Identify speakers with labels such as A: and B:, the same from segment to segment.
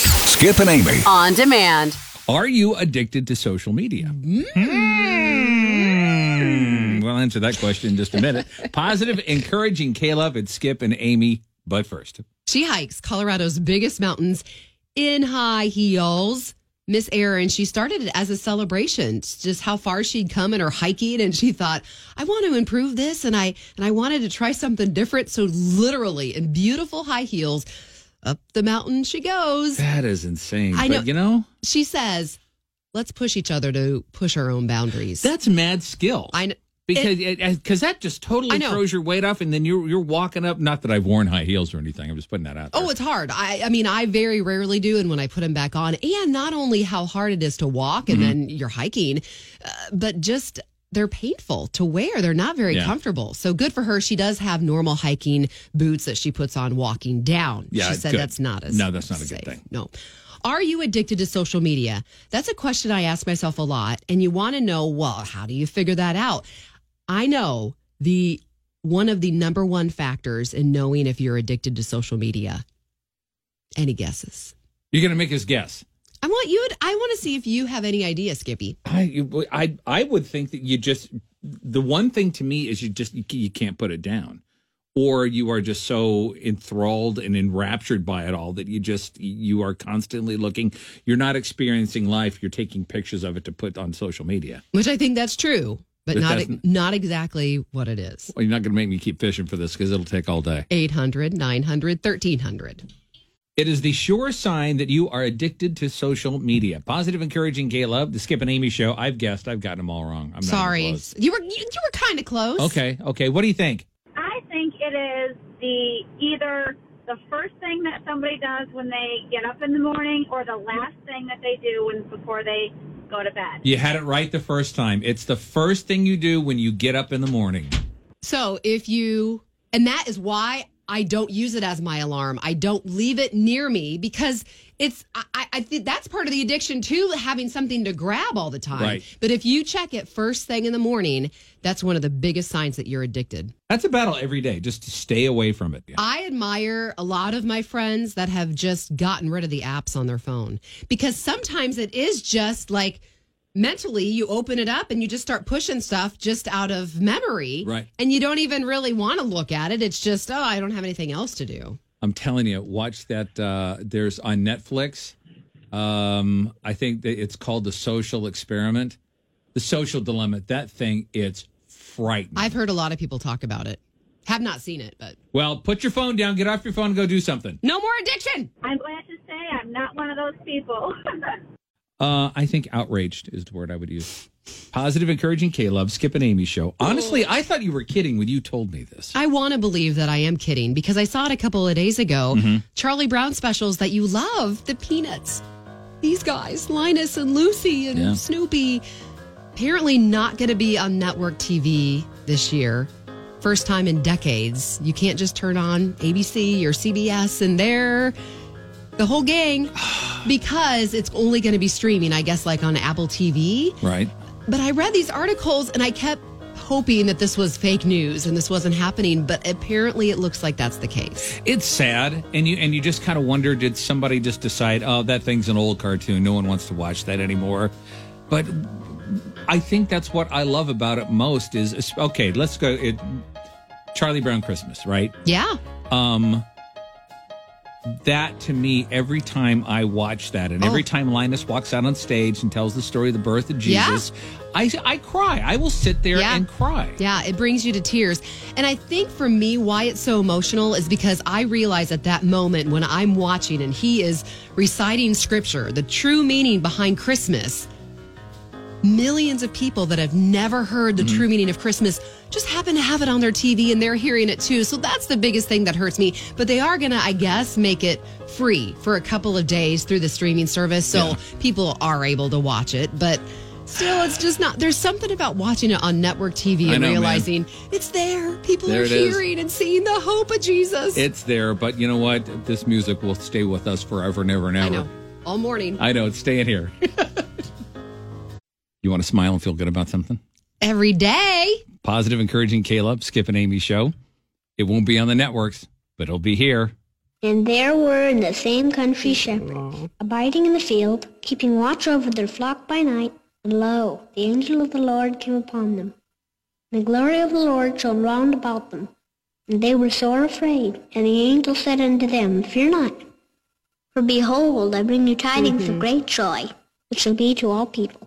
A: Skip and Amy.
B: On demand.
C: Are you addicted to social media? Hmm. We'll answer that question in just a minute. Positive, encouraging Caleb and Skip and Amy. But first,
D: She hikes Colorado's biggest mountains in high heels. Miss Erin, she started it as a celebration, it's just how far she'd come in her hiking, and she thought, "I want to improve this, and I and I wanted to try something different." So, literally, in beautiful high heels, up the mountain she goes.
C: that is insane.
D: I know-
C: But you know,
D: She says, "Let's push each other to push our own boundaries."
C: that's mad skill.
D: I know.
C: because because that just
D: I
C: totally
D: know.
C: throws your weight off, and then you're you're walking up. Not that I've worn high heels or anything. I'm just putting that out. There.
D: Oh, it's hard. I, I mean, I very rarely do. And when I put them back on, and not only how hard it is to walk
C: Mm-hmm.
D: and then you're hiking, uh, but just they're painful to wear. They're not very
C: Yeah.
D: comfortable. So good for her. She does have normal hiking boots that she puts on walking down.
C: Yeah,
D: she said
C: good.
D: that's not as
C: No, that's not a good
D: safe.
C: thing.
D: No. Are you addicted to social media? That's a question I ask myself a lot. And you want to know, well, how do you figure that out? I know the one of the number one factors in knowing if you're addicted to social media. Any guesses?
C: you're gonna make us guess.
D: I want you. I want to see if you have any idea, Skippy.
C: I, you- I, I would think that you just the one thing to me is you just you, you can't put it down, or you are just so enthralled and enraptured by it all that you just you are constantly looking. You're not experiencing life. You're taking pictures of it to put on social media.
D: Which I think that's true, but
C: It
D: not e,
C: doesn't-
D: not exactly what it is.
C: Well, you're not gonna make me keep fishing for this because it'll take all day.
D: 800, 900, 1300.
C: It is the sure sign that you are addicted to social media. Positive, encouraging gay love. The Skip and Amy show. I've guessed. I've gotten them all wrong. I'm not even
D: Sorry.
C: close.
D: You were you, you were kind of close.
C: Okay. Okay. What do you think?
E: I think it is the either the first thing that somebody does when they get up in the morning or the last thing that they do when before they go to bed.
C: You had it right the first time. It's the first thing you do when you get up in the morning.
D: So if you, and that is why I don't use it as my alarm. I don't leave it near me because it's, I- I, I think that's part of the addiction too, having something to grab all the time.
C: Right.
D: But if you check it first thing in the morning, that's one of the biggest signs that you're addicted.
C: That's a battle every day. Just to stay away from it.
D: I admire a lot of my friends that have just gotten rid of the apps on their phone because sometimes it is just like mentally you open it up and you just start pushing stuff just out of memory.
C: Right.
D: And you don't even really want to look at it. It's just, oh, I don't have anything else to do.
C: I'm telling you, watch that. Uh, there's on Netflix. Um, I think that it's called The Social Experiment, The Social Dilemma. That thing, it's frightening.
D: I've heard a lot of people talk about it. Have not seen it, but
C: well, put your phone down, get off your phone, and go do something.
D: no more addiction.
E: I'm glad to say I'm not one of those people.
C: Uh, I think outraged is the word I would use. Positive, encouraging K Love, Skip and Amy show. Honestly, I thought you were kidding when you told me this.
D: I want to believe that I am kidding because I saw it a couple of days ago. Charlie Brown specials that you love, the Peanuts. These guys, Linus and Lucy and
C: Yeah.
D: Snoopy, apparently not going to be on network TV this year. First time in decades. You can't just turn on ABC or CBS and there the whole gang because it's only going to be streaming, I guess, like on Apple TV.
C: Right?
D: But I read these articles and I kept hoping that this was fake news and this wasn't happening, but apparently it looks like that's the case.
C: It's sad, and you and you just kind of wonder: Did somebody just decide, oh, that thing's an old cartoon? No one wants to watch that anymore. But I think that's what I love about it most is okay. Let's go. It, Charlie Brown Christmas, right?
D: Yeah.
C: um that to me every time i watch that and every
D: Oh.
C: time linus walks out on stage and tells the story of the birth of
D: Yeah.
C: jesus i i cry i will sit there
D: Yeah.
C: and cry
D: Yeah, it brings you to tears. And I think for me, why it's so emotional is because I realize at that moment when I'm watching and he is reciting scripture, the true meaning behind Christmas, millions of people that have never heard the
C: Mm-hmm.
D: true meaning of Christmas just happen to have it on their TV and they're hearing it too. So that's the biggest thing that hurts me. But they are going to, I guess, make it free for a couple of days through the streaming service. So people are able to watch it. But still, it's just not, there's something about watching it on network TV
C: I
D: and
C: know, man.
D: realizing it's there. People
C: There
D: are
C: it is.
D: hearing and seeing the hope of Jesus.
C: it's there but you know what this music will stay with us forever and ever and
D: I
C: ever
D: know. All morning,
C: I know, it's staying here you want to smile and feel good about something
D: every day.
C: positive encouraging caleb skip and amy show it won't be on the networks but it'll be here
A: And there were in the same country shepherds, abiding in the field, keeping watch over their flock by night. And lo, the angel of the Lord came upon them. And the glory of the Lord shone round about them. And they were sore afraid. And the angel said unto them, Fear not. For behold, I bring you tidings of great joy, which shall be to all people.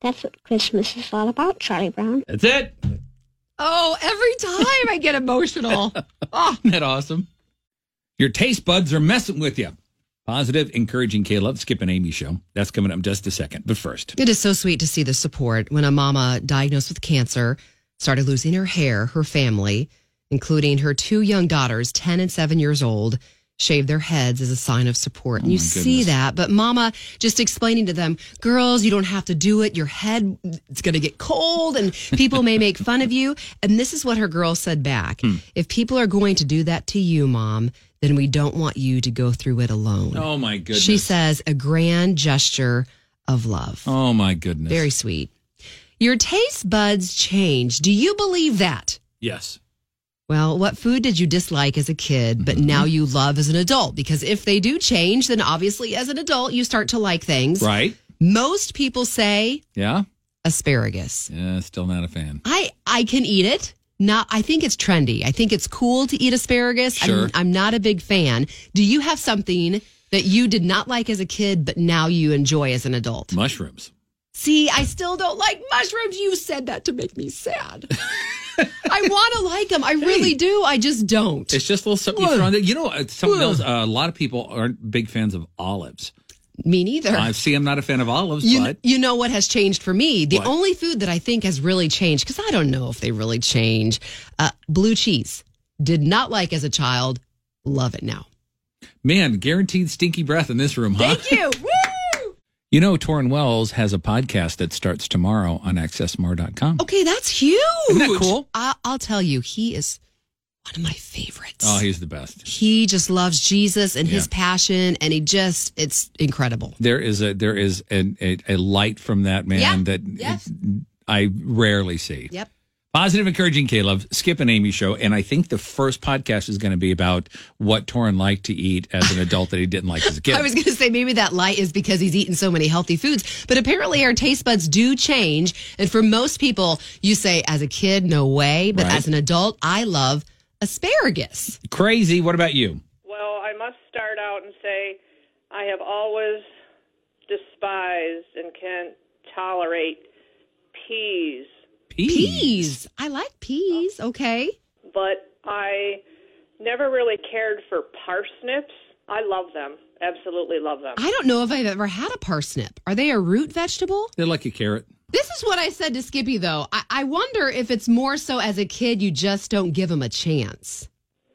A: That's what Christmas is all about, Charlie Brown.
C: That's it. Isn't
D: Oh, every time I get emotional. Oh,
C: Ah, that awesome? Your taste buds are messing with you. Positive, encouraging K Love, Skip and Amy show. That's coming up in just a second. But first,
D: it is so sweet to see the support when a mama diagnosed with cancer started losing her hair, her family, including her two young daughters, 10 and 7 years old, shaved their heads as a sign of
C: Oh
D: support. and you see that, but mama just explaining to them, girls, you don't have to do it. Your head it's going to get cold and people may make fun of you. And this is what her girl said back.
C: Hmm.
D: If people are going to do that to you, mom, then we don't want you to go through it alone.
C: oh my goodness.
D: She says a grand gesture of love.
C: oh my goodness.
D: Very sweet. Your taste buds change. Do you believe that?
C: yes.
D: Well, what food did you dislike as a kid, but
C: Mm-hmm.
D: now you love as an adult? Because if they do change, then obviously as an adult, you start to like things.
C: Right?
D: Most people say
C: Yeah.
D: asparagus.
C: Yeah. Still not a fan.
D: I, I can eat it. Not, I think it's trendy. I think it's cool to eat asparagus.
C: Sure.
D: I'm, I'm not a big fan. Do you have something that you did not like as a kid, but now you enjoy as an adult?
C: Mushrooms.
D: See, I still don't like mushrooms. You said that to make me sad. I want to like them. I really do. I just don't.
C: It's just a little something you throw on there. You know, uh, something else. Uh, a lot of people aren't big fans of olives.
D: Me neither.
C: I see. I'm not a fan of olives,
D: you,
C: but
D: you know what has changed for me? The
C: What?
D: only food that I think has really changed, because I don't know if they really change, uh, blue cheese. Did not like as a child. Love it now.
C: man, guaranteed stinky breath in this room, huh?
D: Thank you. Woo!
C: You know, Torrin Wells has a podcast that starts tomorrow on accessmore.com.
D: Okay, that's huge.
C: Isn't that cool?
D: I, I'll tell you, he is one of my favorites.
C: Oh, he's the best.
D: he just loves Jesus and his
C: Yeah.
D: passion, and he just, it's incredible.
C: There is a there is an, a, a light from that man
D: Yeah,
C: that
D: yes.
C: I rarely see.
D: Yep.
C: Positive, encouraging Caleb, Skip and Amy show, and I think the first podcast is going to be about what Torrin liked to eat as an adult that he didn't like as a kid.
D: I was going to say maybe that light is because he's eaten so many healthy foods, but apparently our taste buds do change. And for most people, you say as a kid, no way, but
C: Right.
D: as an adult, I love asparagus.
C: Crazy. What about you?
B: Well, I must start out and say I have always despised and can't tolerate peas,
D: Peas. I like peas. Okay.
B: but I never really cared for parsnips. I love them. Absolutely love them.
D: I don't know if I've ever had a parsnip. Are they a root vegetable?
C: They're like a carrot.
D: This is what I said to Skippy, though. I, I wonder if it's more so as a kid, you just don't give them a chance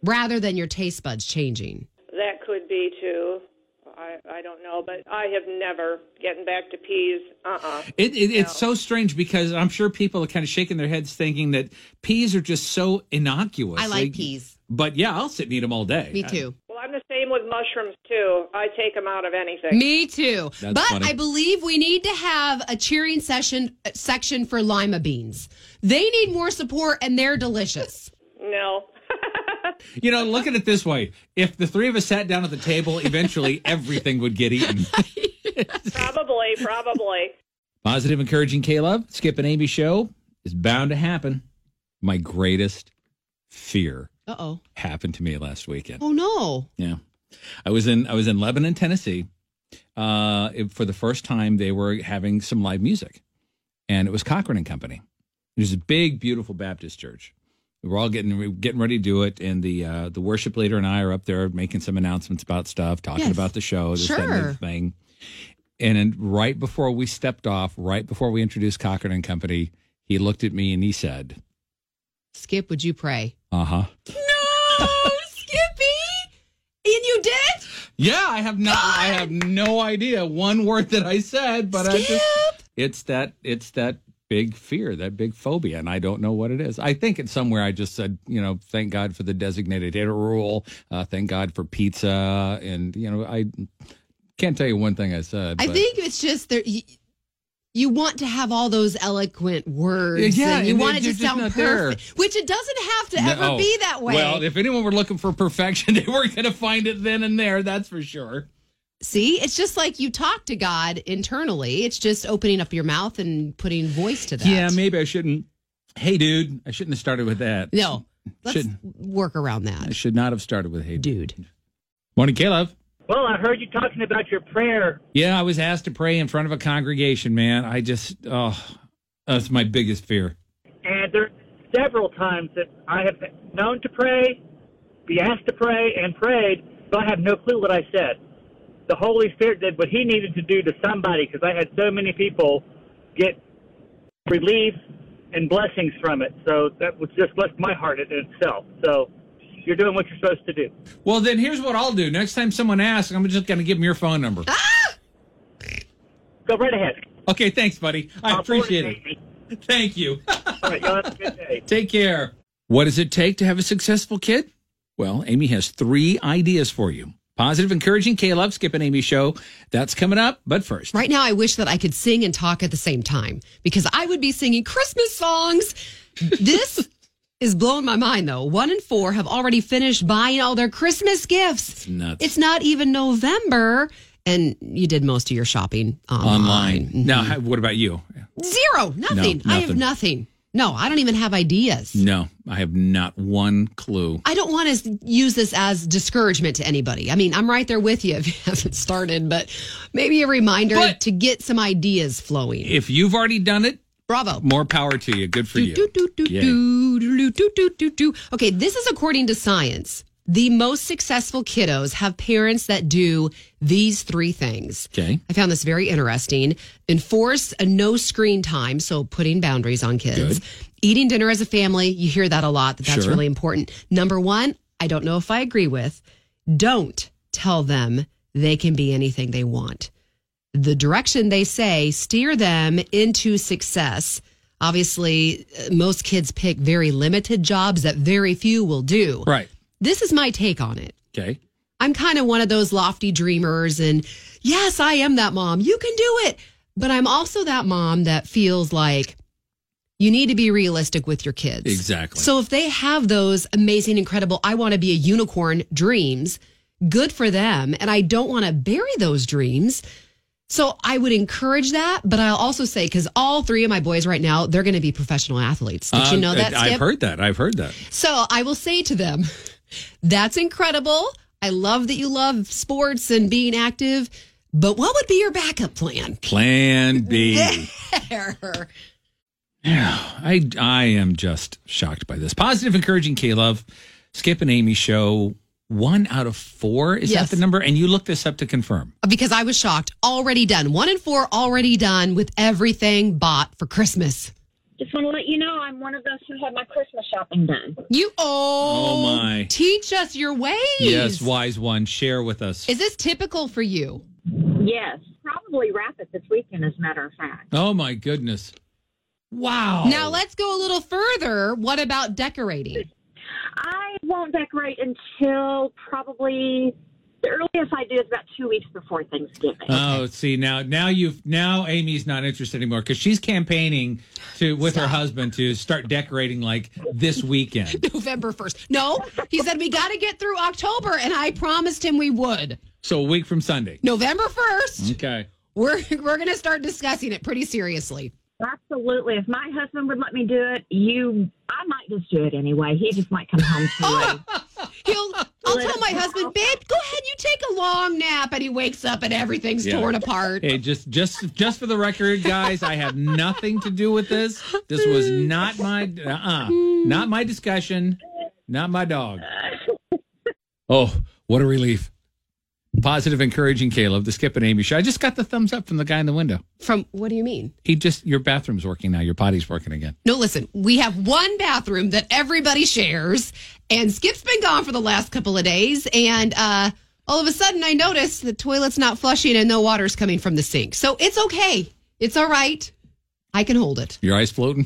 D: rather than your taste buds changing.
B: That could be too. I I don't know, but I have never getting back to peas. Uh-uh.
C: It, it, It's so strange because I'm sure people are kind of shaking their heads thinking that peas are just so innocuous.
D: I like peas.
C: But yeah, I'll sit and eat them all day.
D: Me too.
B: Well, I'm the same with mushrooms too. I take them out of anything.
D: Me too.
C: That's
D: but
C: funny.
D: I believe we need to have a cheering session uh, section for lima beans. They need more support and they're delicious.
B: No.
C: You know, look at it this way. If the three of us sat down at the table, eventually everything would get eaten.
B: probably, probably.
C: Positive, encouraging Caleb, Skip and Amy show is bound to happen. My greatest fear
D: Uh oh.
C: happened to me last weekend.
D: Oh no.
C: Yeah. I was in I was in Lebanon, Tennessee. Uh, it- for the first time they were having some live music. And it was Cochran and Company. It was a big, beautiful Baptist church. We were all getting we were getting ready to do it, and the uh, the worship leader and I are up there making some announcements about stuff, talking
D: Yes.
C: about the show, this that, and the other
D: Sure.
C: thing. And then right before we stepped off, right before we introduced Cochran and Company, he looked at me and he said, "Uh-huh."
D: Skip, would you pray?
C: "Uh huh."
D: No, Skippy. And you did?
C: Yeah, I have not. I have no idea one word that I said, but I just it's that it's that big fear, that big phobia, and I don't know what it is. I think it's somewhere I just said, you know, thank God for the designated hitter rule. Uh, thank God for pizza, and you know, I can't tell you one thing I said.
D: I
C: but-
D: think it's just there. You, you want to have all those eloquent words.
C: Yeah,
D: and you
C: and
D: want it
C: they're
D: to
C: just
D: sound
C: not there.
D: perfect, which it doesn't have to
C: No. oh,
D: ever be that way.
C: Well, if anyone were looking for perfection, they were going to find it then and there. That's for sure.
D: See, it's just like you talk to God internally. It's just opening up your mouth and putting voice to that.
C: Yeah, maybe I shouldn't. Hey, dude, I shouldn't have started with that.
D: No, let's
C: Shouldn't.
D: work around
C: I
D: that,
C: should not have started with hey, dude.
D: dude.
C: Morning, Caleb.
F: Well, I heard you talking about your prayer.
C: Yeah, I was asked to pray in front of a congregation, man. I just, oh, that's my biggest fear.
F: and there's several times that I have been known to pray, be asked to pray, and prayed, but I have no clue what I said. The Holy Spirit did what He needed to do to somebody because I had so many people get relief and blessings from it. So that was just left my heart in itself. So you're doing what you're supposed to do.
C: Well, then here's what I'll do. Next time someone asks, I'm just going to give them your phone number.
F: Ah! Go right ahead.
C: Okay, thanks, buddy. I
F: I'll forward
C: appreciate it.
F: to Amy.
C: Thank you.
F: All right, y'all have a good day.
C: Take care. What does it take to have a successful kid? Well, Amy has three ideas for you. Positive, encouraging Caleb, Skip and Amy show. That's coming up. But first,
D: Right now, I wish that I could sing and talk at the same time because I would be singing Christmas songs. This is blowing my mind, though. One in four have already finished buying all their Christmas gifts.
C: nuts.
D: It's not even November, and you did most of your shopping
C: online.
F: Mm-hmm.
D: online.
C: Now, how- what about you?
D: Zero, nothing. I have
C: nothing.
D: nothing. No, I don't even have ideas.
C: No, I have not one clue.
D: I don't want to use this as discouragement to anybody. I mean, I'm right there with you if you haven't started, but maybe a reminder
C: But-
D: to get some ideas flowing.
C: If you've already done it,
D: Bravo.
C: more power to you. Good for you.
D: Do, do, do,
C: Yay.
D: do, do, do, do, do, do. Okay, this is according to science. The most successful kiddos have parents that do these three things.
C: Okay.
D: I found this very interesting. Enforce a no screen time, so putting boundaries on kids.
C: Good.
D: Eating dinner as a family, you hear that a lot, that that's
C: Sure.
D: really important. Number one, I don't know if I agree with, don't tell them they can be anything they want the direction they say steer them into success. Obviously, uh, most kids pick very limited jobs that very few will do.
C: Right.
D: This is my take on it.
C: Okay.
D: I'm kind of one of those lofty dreamers, and yes, I am that mom. You can do it. But I'm also that mom that feels like you need to be realistic with your kids.
C: Exactly.
D: So if they have those amazing, incredible, I want to be a unicorn dreams, good for them. And I don't want to bury those dreams. So I would encourage that, but I'll also say because all three of my boys right now, they're going to be professional athletes. Did you
C: Um,
D: know that?
C: I- I've
D: Skip?
C: heard that. I've heard that.
D: So I will say to them, that's incredible. I love that you love sports and being active, but what would be your backup plan?
C: Plan B.
D: There.
C: I I am just shocked by this. Positive, encouraging K Love, Skip and Amy show. One out of four is
D: Yes.
C: that the number? And you looked this up to confirm.
D: Because I was shocked. Already done. One in four already done with everything bought for Christmas.
G: Just want to let you know I'm one of those who had my Christmas shopping done.
D: You oh,
C: Oh, my.
D: Teach us your ways.
C: Yes, wise one, share with us.
D: Is this typical for you?
G: Yes. Probably wrap it this weekend, as a matter of fact.
C: oh my goodness! Wow.
D: Now let's go a little further. What about decorating?
G: I won't decorate until probably the earliest I do is about two weeks before Thanksgiving.
C: Oh, see now, now you've now Amy's not interested anymore because she's campaigning to with her husband to start decorating like this weekend.
D: November 1st. No, he said we got to get through October, and I promised him we would.
C: So a week from Sunday.
D: November 1st,
C: Okay.
D: we're we're going to start discussing it pretty seriously.
G: Absolutely. If my husband would let me do it, you, I might just do it anyway. He just might come home too late.
D: He'll I'll tell my husband, babe, go ahead, you take a long nap, and he wakes up and everything's
C: Yeah.
D: torn apart.
C: Hey, just just just for the record, guys, I have nothing to do with this. This was not my uh uh not my discussion, not my dog. Oh, what a relief. Positive encouraging Caleb, the skip and Amy show. I just got the thumbs up from the guy in the window.
D: From what do you mean?
C: He just your bathroom's working now, your potty's working again.
D: No, listen, we have one bathroom that everybody shares, and Skip's been gone for the last couple of days, and uh all of a sudden I noticed the toilet's not flushing and no water's coming from the sink. So it's okay. It's all right. I can hold it.
C: Your eyes floating?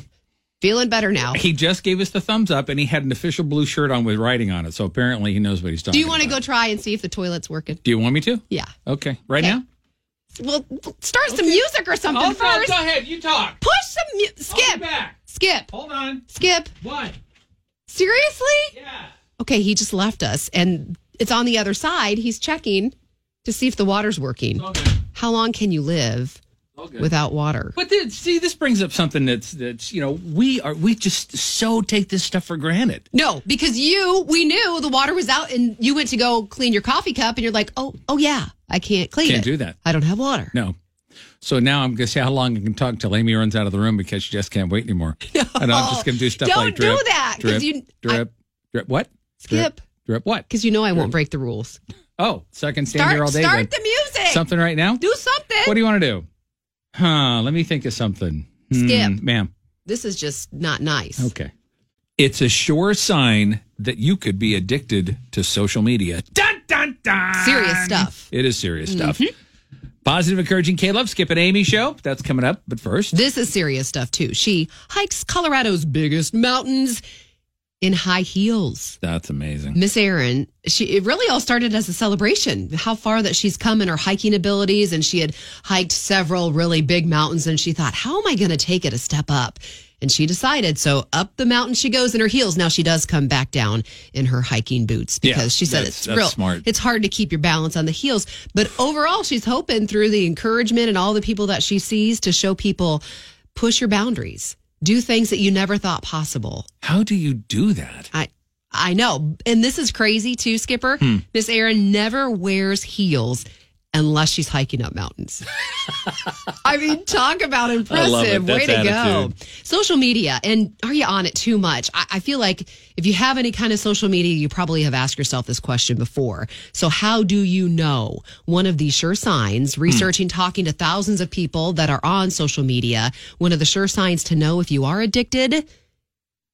D: Feeling better now.
C: He just gave us the thumbs up and he had an official blue shirt on with writing on it. So apparently he knows what he's talking
D: Do you want to
C: about.
D: go try and see if the toilet's working?
C: Do you want me to?
D: Yeah.
C: Okay. Right
D: Okay.
C: now?
D: Well, start some music or something
C: Oh, no,
D: first.
C: go ahead. You talk.
D: Push some mu-
C: I'll be
D: skip.
C: back.
D: Skip.
C: Hold on.
D: Skip.
C: What?
D: Seriously?
C: Yeah.
D: Okay, he just left us and it's on the other side. He's checking to see if the water's working.
C: Okay.
D: How long can you live
C: Okay.
D: without water?
C: But th- see, this brings up something that's that's you know we are we just so take this stuff for granted.
D: No, because you, we knew the water was out and you went to go clean your coffee cup and you're like, oh, oh yeah, I can't clean
C: Can't
D: it.
C: do that.
D: I don't have water.
C: No. So now I'm gonna say how long I can talk till Amy runs out of the room because she just can't wait anymore. No, and I'm just gonna do stuff
D: Don't
C: like drip,
D: do that, 'cause
C: drip,
D: you-
C: drip, drip. What?
D: Skip.
C: Drip, drip what?
D: Because you know I won't break the rules.
C: Oh, so I can stand here
D: Start,
C: all day.
D: start
C: then.
D: the music.
C: something right now.
D: Do something.
C: What do you want to do? Huh? Let me think of something. Hmm,
D: Skip.
C: ma'am.
D: this is just not nice.
C: Okay. It's a sure sign that you could be addicted to social media. Dun, dun, dun.
D: Serious stuff.
C: It is serious stuff. Positive, encouraging K Love, Skip and Amy show. That's coming up. But first,
D: This is serious stuff too. She hikes Colorado's biggest mountains in high heels.
C: that's amazing.
D: Miss Aaron, she it really all started as a celebration. How far that she's come in her hiking abilities, and she had hiked several really big mountains, and she thought, how am I going to take it a step up? And she decided, so up the mountain she goes in her heels. Now she does come back down in her hiking boots because
C: Yeah,
D: she said
C: that's-
D: it's
C: that's
D: real
C: smart.
D: it's hard to keep your balance on the heels. But overall, she's hoping through the encouragement and all the people that she sees to show people push your boundaries, do things that you never thought possible.
C: How do you do that?
D: I I know. And this is crazy too, Skipper.
C: Hmm.
D: Miss Erin never wears heels unless she's hiking up mountains. I mean, talk about impressive.
C: love it.
D: Way to
C: That's
D: go.
C: attitude.
D: Social media, and are you on it too much? I, I feel like if you have any kind of social media, you probably have asked yourself this question before. So, how do you know? One of the sure
C: Hmm.
D: signs, researching, talking to thousands of people that are on social media, one of the sure signs to know if you are addicted,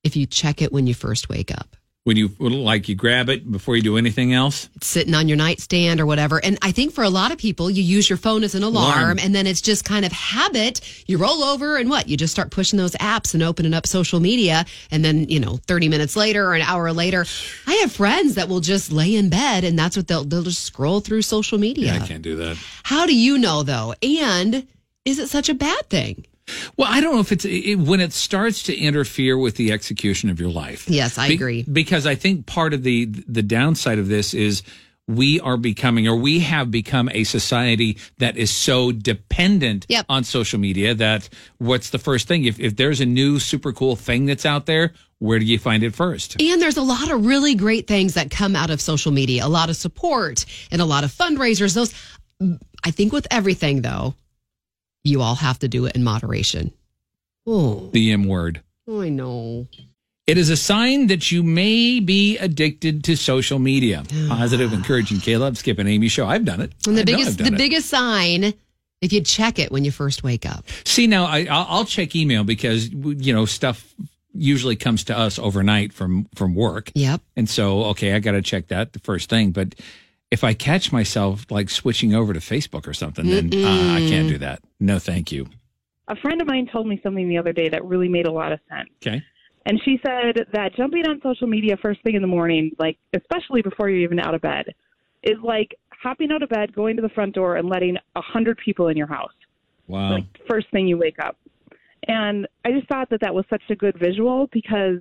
D: if you check it when you first wake up.
C: When you like, you grab it before you do anything else.
D: It's sitting on your nightstand or whatever. And I think for a lot of people, you use your phone as an alarm,
C: Alarm.
D: and then it's just kind of habit. You roll over and what? You just start pushing those apps and opening up social media. And then, you know, 30 minutes later or an hour later, I have friends that will just lay in bed and that's what they'll, they'll just scroll through social media.
C: Yeah, I can't do that.
D: How do you know though? And is it such a bad thing?
C: Well, I don't know if it's it, when it starts to interfere with the execution of your life.
D: Yes, I
C: Be-
D: agree.
C: Because I think part of the the downside of this is we are becoming or we have become a society that is so dependent
D: Yep.
C: on social media that what's the first thing if if there's a new super cool thing that's out there, where do you find it first?
D: And there's a lot of really great things that come out of social media, a lot of support and a lot of fundraisers. Those, I think, with everything though, you all have to do it in moderation. Oh,
C: The M word.
D: I know.
C: It is a sign that you may be addicted to social media. Positive, encouraging Caleb, Skip and Amy show. I've done it.
D: And the
C: I know I've
D: biggest,
C: done
D: the
C: it.
D: biggest sign, if you check it when you first wake up.
C: See now, I, I'll I'll check email because you know stuff usually comes to us overnight from from work,
D: Yep.
C: and so okay, I got to check that the first thing. But if I catch myself like switching over to Facebook or something, then uh, I can't do that. No, thank you.
H: A friend of mine told me something the other day that really made a lot of sense.
C: Okay,
H: And she said that jumping on social media first thing in the morning, like especially before you're even out of bed, is like hopping out of bed, going to the front door, and letting a hundred people in your house.
D: Um,
C: wow,
H: Like first thing you wake up. And I just thought that that was such a good visual because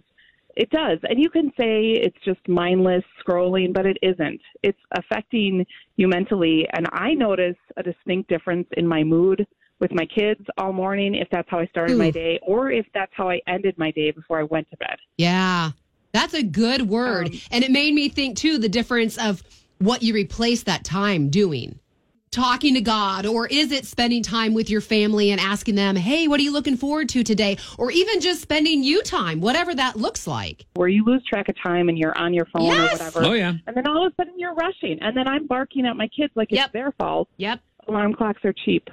H: it does. And you can say it's just mindless scrolling, but it isn't. It's affecting you mentally. And I notice a distinct difference in my mood with my kids all morning if that's how I started my
D: Ooh.
H: day or if that's how I ended my day before I went to bed.
D: Yeah, that's a good word. and it made me think too the difference of what you replace that time doing. Talking to God, or is it spending time with your family and asking them, hey, what are you looking forward to today? Or even just spending you time, whatever that looks like.
H: Where you lose track of time and you're on your phone
D: Yes.
H: or whatever.
C: oh yeah,
H: And then all of a sudden you're rushing. And then I'm barking at my kids like
D: Yep.
H: it's their fault.
D: Yep.
H: Alarm clocks are cheap.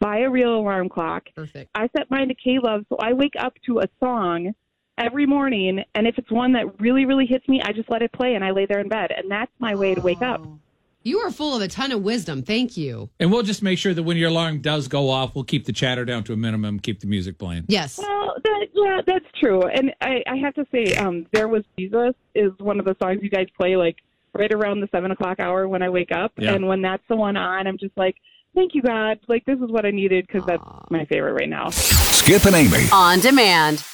H: Buy a real alarm clock.
D: Perfect.
H: I set mine to K Love, so I wake up to a song every morning. And if it's one that really, really hits me, I just let it play and I lay there in bed. And that's my way to wake up.
D: You are full of a ton of wisdom. Thank you.
C: And we'll just make sure that when your alarm does go off, we'll keep the chatter down to a minimum, keep the music playing.
D: Yes.
H: Well, that, yeah, that's true. And I, I have to say, um, "There Was Jesus" is one of the songs you guys play like right around the seven o'clock hour when I wake up,
C: Yeah.
H: and when that's the one on, I'm just like, "Thank you, God!" Like this is what I needed because that's my favorite right now.
I: Skip and Amy.
J: On demand.